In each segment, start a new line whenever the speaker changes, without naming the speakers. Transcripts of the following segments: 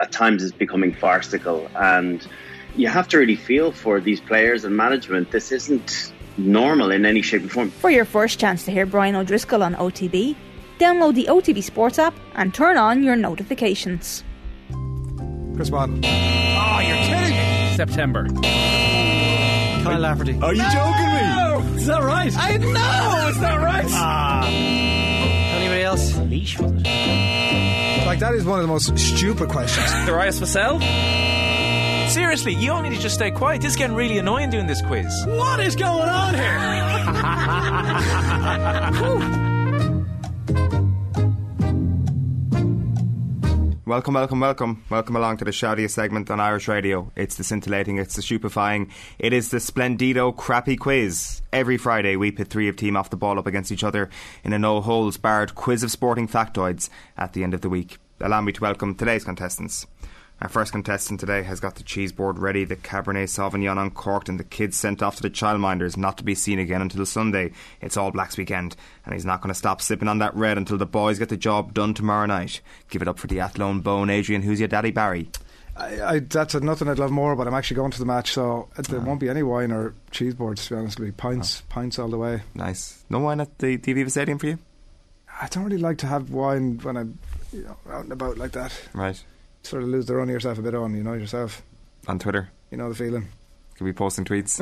at times is becoming farcical. And you have to really feel for these players and management. This isn't normal in any shape or form.
For your first chance to hear Brian O'Driscoll on OTB, download the OTB Sports app and turn on your notifications.
Chris Watt.
Oh, you're kidding me!
September.
Kyle Lafferty.
Are you joking me?
No! Is that right?
I know it's not right.
Anybody else?
Leash was it?
Like, that is one of the most stupid questions.
Darius Vassell.
Seriously, you all need to just stay quiet. This is getting really annoying doing this quiz.
What is going on here?
Welcome, welcome, welcome. Welcome along to the shoutiest segment on Irish radio. It's the scintillating, it's the stupefying, it is the splendido crappy quiz. Every Friday, we pit three of team off the ball up against each other in a no holes barred quiz of sporting factoids at the end of the week. Allow me to welcome today's contestants. Our first contestant today has got the cheese board ready, the Cabernet Sauvignon uncorked, and the kids sent off to the childminders, not to be seen again until Sunday. It's All Blacks weekend, and he's not going to stop sipping on that red until the boys get the job done tomorrow night. Give it up for the Athlone Bone, Adrian. Who's your daddy, Barry?
I, I, that's a, nothing I'd love more, but I'm actually going to the match, so there won't be any wine or cheese boards, to be honest. It'll be pints, pints all the way.
Nice. No wine at the TV Stadium for you?
I don't really like to have wine when I'm you know, out and about like that.
Right.
Sort of lose the run of yourself a bit on, you know, yourself.
On Twitter.
You know the feeling.
Could be posting tweets.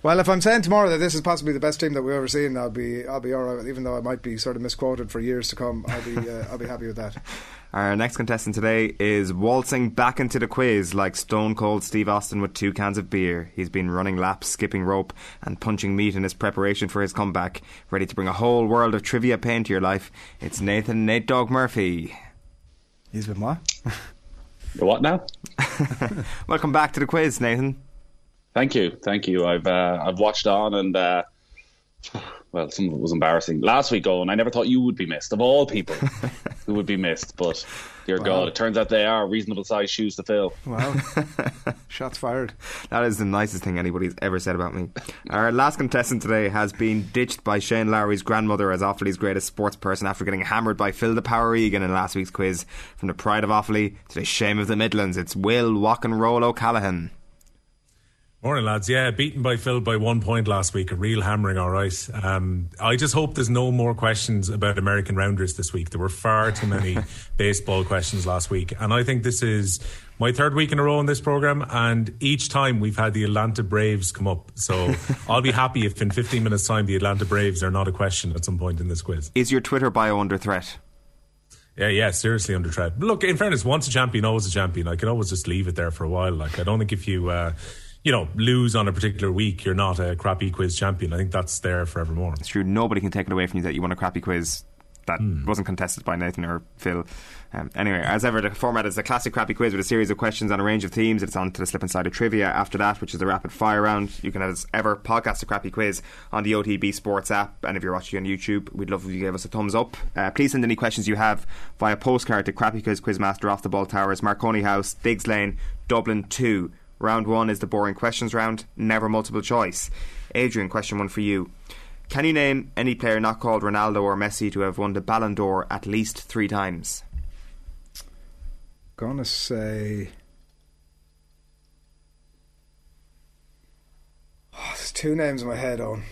well, if I'm saying tomorrow that this is possibly the best team that we've ever seen, I'll be I'll be all right. Even though I might be sort of misquoted for years to come, I'll be uh, I'll be happy with that.
Our next contestant today is waltzing back into the quiz like stone cold Steve Austin with two cans of beer. He's been running laps, skipping rope, and punching meat in his preparation for his comeback, ready to bring a whole world of trivia pain to your life. It's Nathan Nate Dog Murphy.
He's been what?
The what now?
Welcome back to the quiz, Nathan.
Thank you, thank you. I've uh, I've watched on and uh, well, some of it was embarrassing last week. Owen, I never thought you would be missed of all people who would be missed, but dear God, it turns out they are reasonable sized shoes to fill.
Wow. Shots fired.
That is the nicest thing anybody's ever said about me. Our last contestant today has been ditched by Shane Lowry's grandmother as Offaly's greatest sports person after getting hammered by Phil the Power Egan in last week's quiz. From the pride of Offaly to the shame of the Midlands, it's Will Walk and Roll O'Callaghan.
Morning, lads. Yeah, beaten by Phil by one point last week. A real hammering, all right. Um, I just hope there's no more questions about American Rounders this week. There were far too many baseball questions last week. And I think this is my third week in a row in this program. And each time we've had the Atlanta Braves come up. So I'll be happy if in 15 minutes' time the Atlanta Braves are not a question at some point in this quiz.
Is your Twitter bio under threat?
Yeah, yeah, seriously under threat. Look, in fairness, once a champion, always a champion. I can always just leave it there for a while. Like, I don't think if you. Uh, you know, lose on a particular week, you're not a crappy quiz champion. I think that's there forevermore.
It's true. Nobody can take it away from you that you won a crappy quiz that wasn't contested by Nathan or Phil. Um, anyway, as ever, the format is the classic crappy quiz with a series of questions on a range of themes. It's on to the slip and slide of trivia after that, which is the rapid fire round. You can, as ever, podcast the crappy quiz on the OTB Sports app. And if you're watching on YouTube, we'd love if you gave us a thumbs up. Uh, please send any questions you have via postcard to Crappy Quiz Quizmaster off the ball towers, Marconi House, Diggs Lane, Dublin 2. Round one is the boring questions round, never multiple choice. Adrian, question one for you. Can you name any player not called Ronaldo or Messi to have won the Ballon d'Or at least three times?
Gonna say. Oh, there's two names in my head on.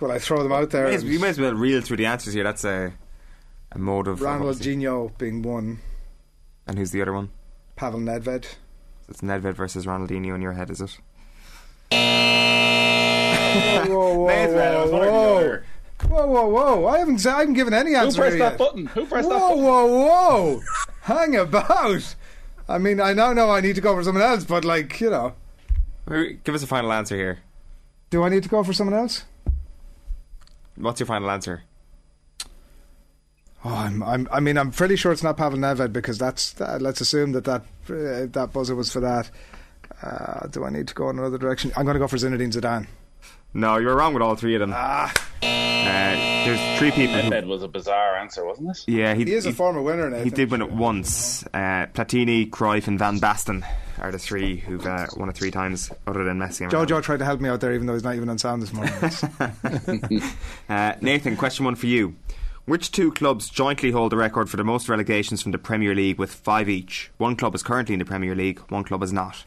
Will I throw them out there?
Yes, we might as well reel through the answers here. That's a, a mode of.
Ronaldinho being one,
and who's the other one?
Pavel Nedved.
It's Nedved versus Ronaldinho in your head, is it?
Whoa, whoa,
Ah, May as well, I was wondering
Oh, whoa.
earlier.
Whoa, whoa, whoa! I haven't, I haven't given any
Who
answer
pressed
yet.
that button? Who pressed that
Whoa,
button?
whoa, whoa! Hang about. I mean, I now know I need to go for someone else, but like, you know,
Maybe- Give us a final answer here.
do I need to go for someone else?
What's your final answer?
Oh, I'm, I'm, I mean, I'm pretty sure it's not Pavel Nedved because that's. That, let's assume that that uh, that buzzer was for that. Uh, do I need to go in another direction? I'm going to go for Zinedine Zidane.
No, you were wrong with all three of them. Ah. Uh, there's three people. who-
That was a bizarre answer, wasn't it?
yeah, he,
He is a former winner, Nathan.
He did win it once. Uh, Platini, Cruyff, and Van Basten are the three who've uh, won it three times, other than Messi. and
Jojo tried to help me out there, even though he's not even on sound this morning.
Uh, Nathan, question one for you. Which two clubs jointly hold the record for the most relegations from the Premier League with five each? One club is currently in the Premier League, one club is not.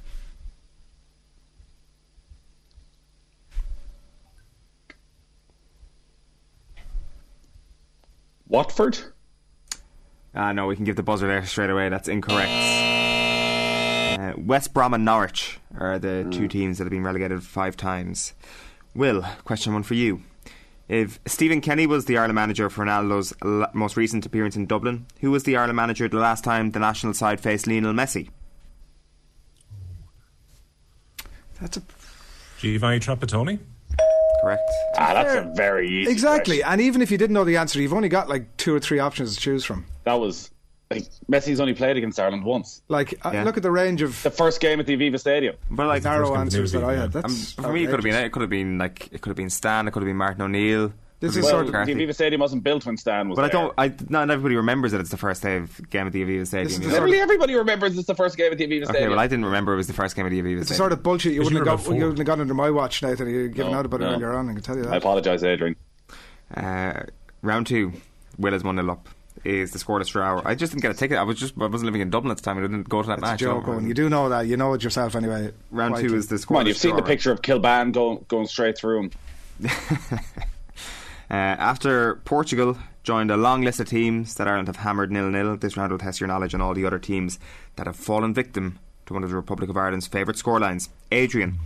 Watford?
Ah, no, we can give the buzzer there straight away. That's incorrect. Uh, West Brom and Norwich are the two teams that have been relegated five times. Will, question one for you. If Stephen Kenny was the Ireland manager for Ronaldo's la- most recent appearance in Dublin, who was the Ireland manager the last time the national side faced Lionel Messi?
That's a,
Giovanni Trapattoni?
Correct.
Ah, that's a very easy
exactly.
question.
And even if you didn't know the answer, you've only got like two or three options to choose from.
That was like Messi's only played against Ireland once.
Like, uh,
Yeah.
look at the range of
The first game at the Aviva Stadium.
But like,
narrow
First
answers that I
continuity,
had.
yeah.
That's
Um, for me, it could have been
outrageous.
it. Could have been like it could have been Stan. It could have been Martin O'Neill.
This
could
is
have been
Well,
sort of-
the
McCarthy.
Aviva Stadium wasn't built when Stan was
But I
there.
don't. I not everybody remembers that it's the first day of game at the Aviva Stadium.
is
you
the
know?
sort of-
Literally everybody remembers it's the first game at the Aviva
Okay,
Stadium.
well, I didn't remember it was the first game of the Aviva
It's the
Stadium.
sort of bullshit you wouldn't
you were
have got.
about
You
four.
wouldn't have got under my watch, Nathan. You're giving
No,
out about it
no.
earlier on. I can tell you
I
that.
apologise, Adrian.
Uh, round two, Will is 1 0 up. Is the scoreless draw. I just didn't get a ticket. I was just I wasn't living in Dublin at the time. I didn't go to that
It's a
match.
joke,
No.
Owen. You do know that. You know it yourself anyway.
Round
Right.
two is the scoreless
Come on, you've seen the
draw.
picture of Kilban going, going straight through him.
Uh, after Portugal joined a long list of teams that Ireland have hammered nil nil, this round will test your knowledge on all the other teams that have fallen victim to one of the Republic of Ireland's favourite scorelines. Adrian,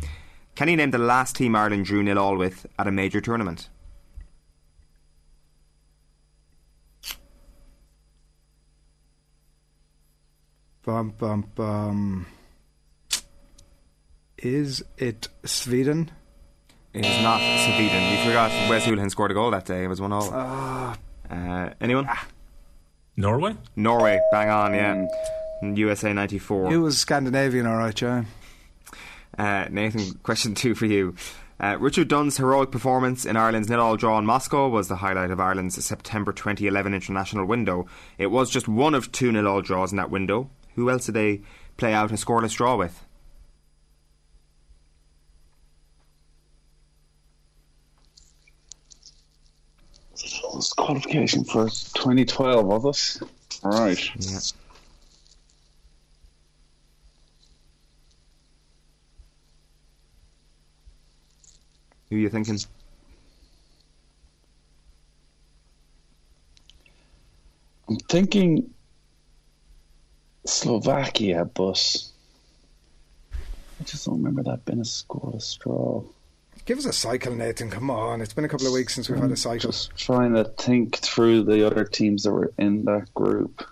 can you name the last team Ireland drew nil all with at a major tournament?
Bum, bum, bum. Is it Sweden?
It is not Sweden. You forgot Wes Houlihan scored a goal that day. It was one all. Uh, anyone?
Norway?
Norway, bang on, yeah. And USA 94.
It was Scandinavian, all right, yeah.
Uh, Nathan, question two for you. Uh, Richard Dunn's heroic performance in Ireland's nil all draw in Moscow was the highlight of Ireland's September 2011 international window. It was just one of two nil all draws in that window. Who else did they play out a scoreless draw with?
It was qualification for 2012, was it? Right.
Who are you thinking?
I'm thinking Slovakia, but I just don't remember that being a scoreless draw.
Give us a cycle, Nathan. Come on. It's been a couple of weeks since we've had a cycle.
Just trying to think through the other teams that were in that group.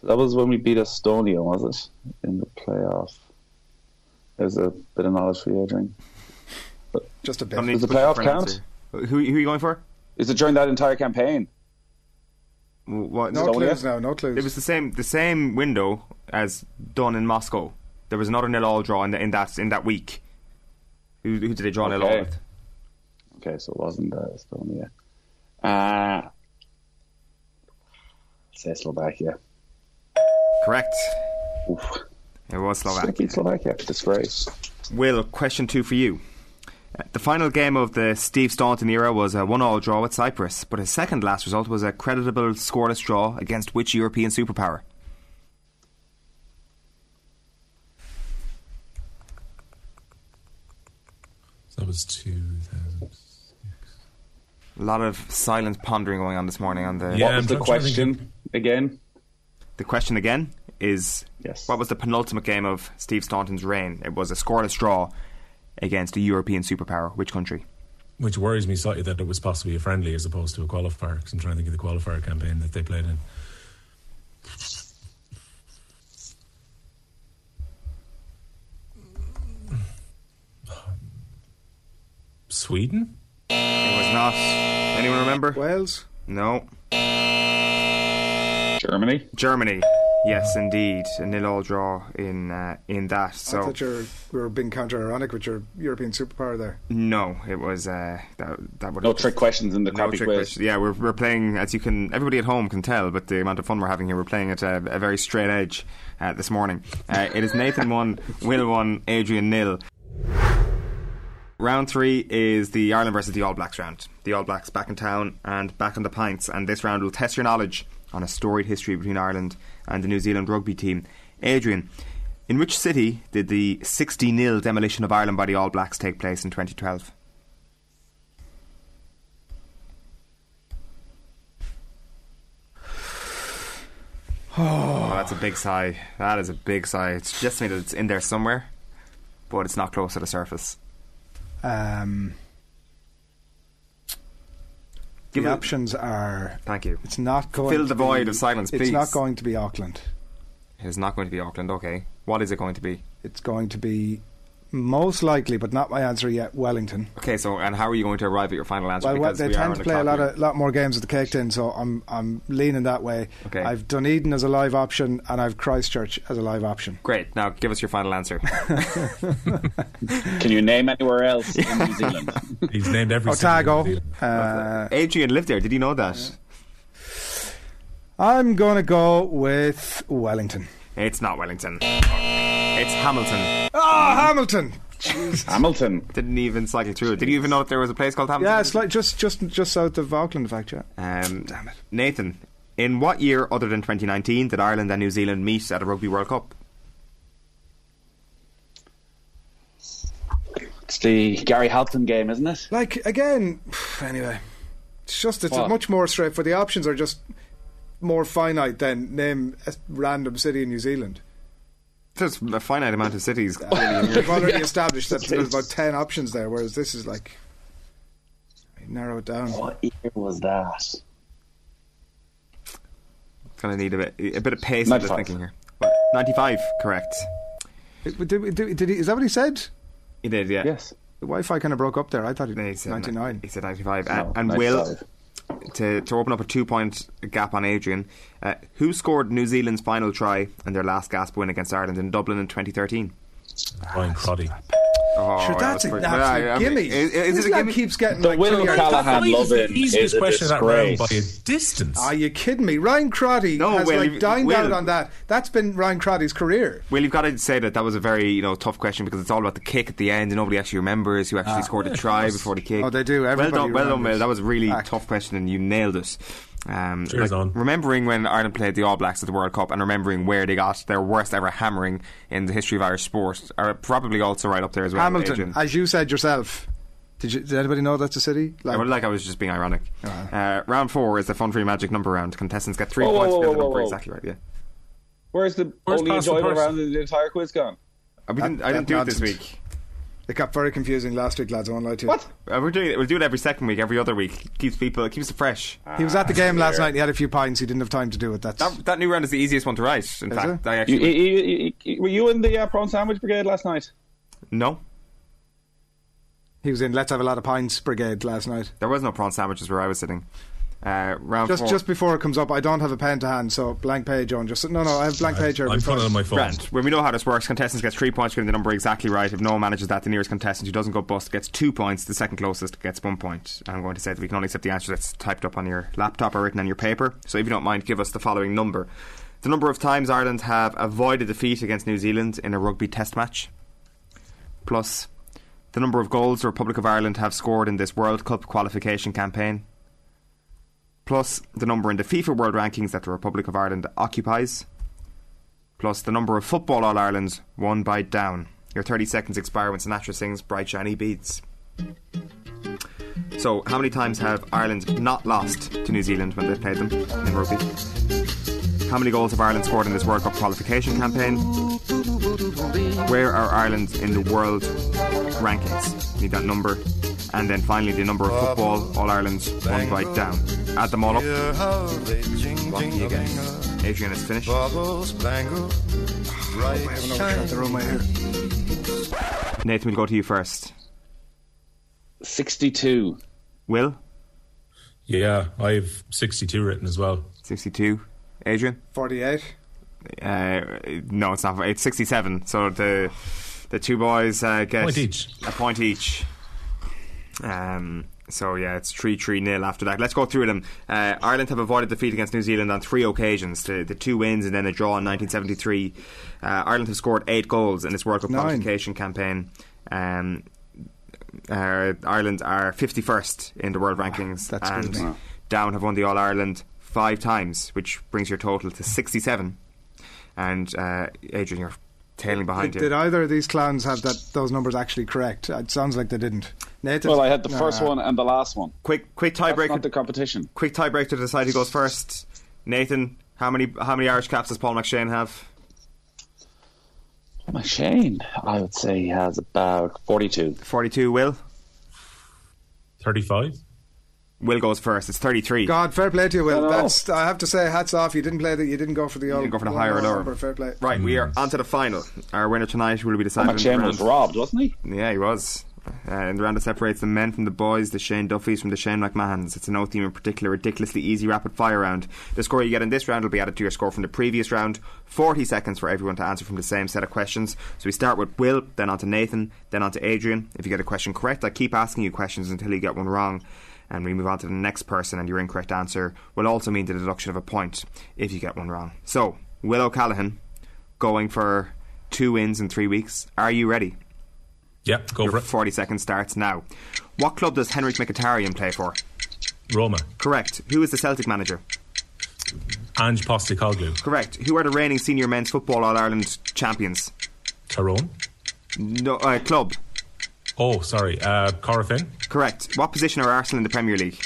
So that was when we beat Estonia, was it? In the playoff. There's a bit of knowledge for you, Adrian.
Just a bit.
Don't need
Does the
to put
playoff
for an
count?
answer. Who, who are you going for?
Is it during that entire campaign?
W- What?
no
Estonia?
clues now. No clues.
It was the same the same window as done in Moscow. There was another nil all draw in, the, in that in that week. Who, who did they draw nil all
Okay.
with?
Okay, so it wasn't uh, Estonia. Uh, say Slovakia.
Correct.
Oof.
It was Slovakia.
Beat Slovakia. Disgrace.
Will, question two for you. Uh, The final game of the Steve Staunton era was a one-all draw with Cyprus, but his second last result was a creditable scoreless draw against which European superpower?
So that was 2000.
A lot of silent pondering going on this morning on the.
Yeah.
What was
I'm
the
not sure if we
question again?
The question again is:
Yes.
What was the penultimate game of Steve Staunton's reign? It was a scoreless draw against a European superpower. Which country?
Which worries me slightly that it was possibly a friendly as opposed to a qualifier, 'cause I'm trying to think of the qualifier campaign that they played in. Sweden?
It was not. Anyone remember?
Wales.
No.
Germany.
Germany. Yes, indeed, a nil-all draw in uh, in that. So
I thought you were, we were being counter ironic with your European superpower there.
No, it was uh, that. That would
No trick questions in the
No
crappy
trick
quiz.
question. Yeah, we're we're playing as you can. Everybody at home can tell, but the amount of fun we're having here, we're playing at a, a very straight edge uh, this morning. Uh, it is Nathan one, Will one, Adrian nil. round three is the Ireland versus the All Blacks round. The All Blacks back in town and back on the pints, and this round will test your knowledge on a storied history between Ireland and the New Zealand rugby team. Adrian, in which city did the 60 0 demolition of Ireland by the All Blacks take place in 2012? Oh, that's a big sigh. That is a big sigh. It suggests to me that it's in there somewhere, but it's not close to the surface.
Um,
Give
the
it-
options are.
Thank you.
It's not going
Fill
to
the void
be-
of silence,
It's
please.
not going to be Auckland.
It's not going to be Auckland. Okay. What is it going to be?
It's going to be most likely, but not my answer yet. Wellington.
Okay. So, and how are you going to arrive at your final answer?
Well, what,
Because
they
we are
tend
on
to
the
play a
clock
lot
here.
of lot more games with the cake tin, so I'm I'm leaning that way.
Okay.
I've Dunedin as a live option, and I've Christchurch as a live option.
Great. Now, give us your final answer.
Can you name anywhere else in New Zealand?
He's named
Oh,
every city in
Otago.
New Zealand.
Uh,
Adrian lived there. Did you know that?
I'm going to go with Wellington.
It's not Wellington. It's Hamilton.
Oh, Hamilton.
Hamilton.
Didn't even cycle through it. Did you even know that there was a place called Hamilton?
Yeah, it's like just just just south of Auckland, in fact. Yeah.
Um, Damn it. Nathan, in what year other than 2019 did Ireland and New Zealand meet at a Rugby World Cup?
It's the Gary Halton game, isn't it?
Like again, anyway. It's just it's
What?
much more straightforward. The options are just more finite than name a random city in New Zealand.
There's a finite amount of cities.
We've already established that there's about ten options there, whereas this is like narrow it down.
What year was that?
Gonna need a bit, a bit of pace in the
95.
thinking here. But 95, correct.
It- did- did- did he- is that what he said?
He did, yeah.
Yes.
The Wi-Fi kind of broke up there. I thought he
He
was
said ni-
ninety nine.
He said 95.
No,
and and Will,
95.
to, to open up a two point gap on Adrian, uh, who scored New Zealand's final try and their last gasp win against Ireland in Dublin in 2013?
Ryan Crotty.
Oh,
Sure,
yeah,
that's
pretty-
an
Yeah,
absolute
yeah, I mean,
gimme.
Is, is
this
it a
guy
gimme?
keeps getting
The
like
Will
two yards-
That
Callahan
was
Lovin
the
is
easiest
a
question of that round by a
disgrace.
distance.
Are you kidding me? Ryan Crotty
No,
has
Will,
like
you-
dined
Will.
out on that. That's been Ryan Crotty's career.
Well, you've got to say that that was a very you know tough question because it's all about the kick at the end, and nobody actually remembers who actually scored the try before the kick.
Ah. Oh, they do.
well
Everybody
done, well done,
remembers.
Will. That was a really
Fact.
tough question, and you nailed it. Um,
Cheers on.
Remembering when Ireland played the All Blacks at the World Cup, and remembering where they got their worst ever hammering in the history of Irish sport, are probably also right up there as well.
Hamilton,
Adrian.
as you said yourself. Did, you, did anybody know that's a city?
I
Like,
would like I was just being ironic. Uh, round four is the Fun Free Magic number round. Contestants get three
Whoa, whoa,
points
whoa,
if the
whoa,
number
whoa.
exactly right. Yeah,
Where's the
Where's
only
past the
enjoyable
person?
round in the entire quiz gone?
Uh, we
That-
didn't, I didn't
that
do it this
nonsense.
week.
it got very confusing last week, lads. I won't lie to you.
What?
Uh, we're doing it. We'll do it every second week, every other week. Keeps people, it keeps it fresh.
He was at the game last night. and He had a few pints. He didn't have time to do it. That's
Ah, That, that new round is the easiest one to write. In
Is it?
fact, I
You,
actually
you, you, you, were you in the uh, prawn sandwich brigade last night?
no.
he was in. Let's have a lot of pints brigade last night.
There was no prawn sandwiches where I was sitting. Uh, round
Just
four.
just before it comes up, I don't have a pen to hand, so blank page on. Just no, no, I have blank page here.
I'm putting it on my phone.
Grand. When we know how this works, contestants gets three points for getting the number exactly right. If no one manages that, the nearest contestant who doesn't go bust gets two points. The second closest gets one point. And I'm going to say that we can only accept the answer that's typed up on your laptop or written on your paper. So if you don't mind, give us the following number: the number of times Ireland have avoided defeat against New Zealand in a rugby Test match, plus the number of goals the Republic of Ireland have scored in this World Cup qualification campaign. Plus the number in the FIFA World Rankings that the Republic of Ireland occupies, plus the number of football All Irelands won by down. Your 30 seconds expire when Sinatra sings Bright Shiny Beads. So, how many times have Ireland not lost to New Zealand when they've played them in rugby? How many goals have Ireland scored in this World Cup qualification campaign? Where are Ireland in the world rankings? Need that number. And then finally, the number of football All Irelands won by down. Add them all up. What do you get? Adrian is finished.
They're on my ear.
Nathan, we'll go to you first.
62.
Will,
Yeah, I've 62 written as well.
62. Adrian?
Forty-eight.
Uh, no, it's not. It's 67. So the the two boys uh, get
Point each.
a point each. Um, so yeah, it's 3 3 nil after that. Let's go through them. Uh, Ireland have avoided defeat against New Zealand on three occasions the, the two wins and then a draw in 1973. Uh, Ireland have scored eight goals in this World Cup
Nine.
qualification campaign. Um, uh, Ireland are 51st in the world rankings.
that's
and
good. Wow.
Down have won the All Ireland five times, which brings your total to 67. And uh, Adrian, you're tailing behind
Did,
you.
did either of these clowns have that those numbers actually correct? It sounds like they didn't. Nathan,
Well, I had the
No,
first
no.
one and the last one.
Quick, quick
That's not the
tiebreaker.
competition.
Quick tiebreaker to decide who goes first. Nathan, how many how many Irish caps does Paul McShane have?
McShane, I would say he has about 42.
42. Will.
35?
Will goes first. It's 33.
God, fair play to you, Will.
know.
That's I have to say, hats off. You didn't play that. You didn't go for the old.
didn't go for the
one
higher or
more
lower.
number, Fair play.
Right, we are on to the final. Our winner tonight will be decided. in the
McShane was
round-
robbed, wasn't he?
Yeah, he was. Uh, and the round that separates the men from the boys, the Shane Duffys from the Shane McMahons. It's an no theme in particular, ridiculously easy rapid fire round. The score you get in this round will be added to your score from the previous round. 40 seconds for everyone to answer from the same set of questions. So we start with Will, then on to Nathan, then on to Adrian. If you get a question correct, I keep asking you questions until you get one wrong. And we move on to the next person, and your incorrect answer will also mean the deduction of a point if you get one wrong. So, Will O'Callaghan, going for two wins in three weeks. Are you ready?
Yep, go
Your
for
40 second starts now. What club does Henrik Mkhitaryan play for?
it. Roma.
Correct. Who is the Celtic manager?
Ange Postacoglu.
Correct. Who are the reigning senior men's football All Ireland champions?
Tyrone.
No uh, club.
Oh, sorry. Uh, Corafin.
Correct. What position are Arsenal in the Premier League?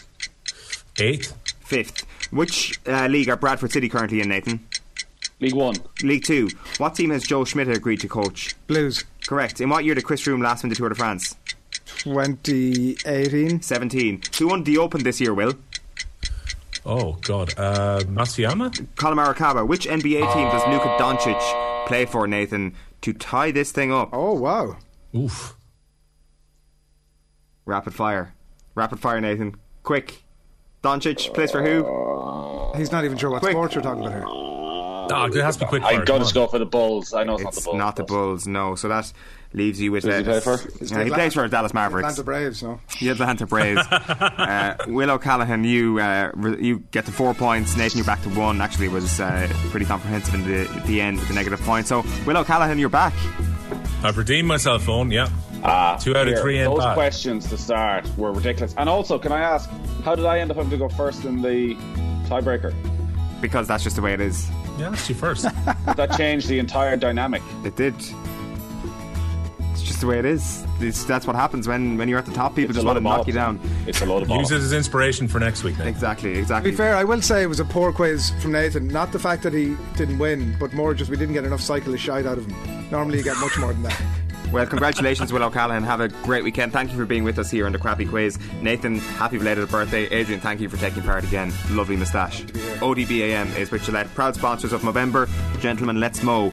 Eighth.
Fifth. Which uh, league are Bradford City currently in, Nathan?
League One.
League Two. What team has Joe Schmidt agreed to coach?
Blues,
Correct. In what year did Chris Room last win the Tour de France?
2018.
17. Who won the Open this year, Will?
Oh, God. Uh, Masuyama?
Colin Arakawa. Which NBA team does Luka Doncic play for, Nathan? To tie this thing up.
Oh wow!
Oof.
Rapid fire. Rapid fire, Nathan. Quick. Doncic plays for who?
He's not even sure what
Quick.
sport you're talking about here.
Ah, it has to be quick fire.
Uh, I got
come
to go for the Bulls. I know it's,
It's
not the Bulls.
no. So that leaves you with.
Who does he
uh,
play for?
Yeah, he plays for Dallas Mavericks.
Atlanta Braves, no.
The Atlanta Braves. uh, Will O'Callaghan, you uh, re- you get the four points. Nathan, you're back to one. Actually, it was uh, pretty comprehensive in the at the end with the negative point. So Will O'Callaghan, you're back.
on. I've redeemed myself, phone. Yeah.
Ah,
Two out of
here.
three ain't
Those
bad.
questions to start were ridiculous. And also, can I ask, how did I end up having to go first in the tiebreaker?
Because that's just the way it is.
Yeah, that's you first.
That changed the entire dynamic.
It did. It's just the way it is. It's, that's what happens when, when you're at the top. People
It's
just
a
want
load
to
of
knock you
bollocks.
down.
It's a load of
Use it
balls.
as inspiration for next week, Nick.
Exactly,
To
exactly.
be fair, I will say it was a poor quiz from Nathan. Not the fact that he didn't win, but more just we didn't get enough cyclist shite out of him. Normally you get much more than that.
Well, congratulations, Will O'Callaghan. Have a great weekend. Thank you for being with us here on the Crappy Quiz. Nathan, happy belated birthday. Adrian, thank you for taking part again. Lovely moustache. ODBAM is with Gillette, proud sponsors of November. Gentlemen, let's mow.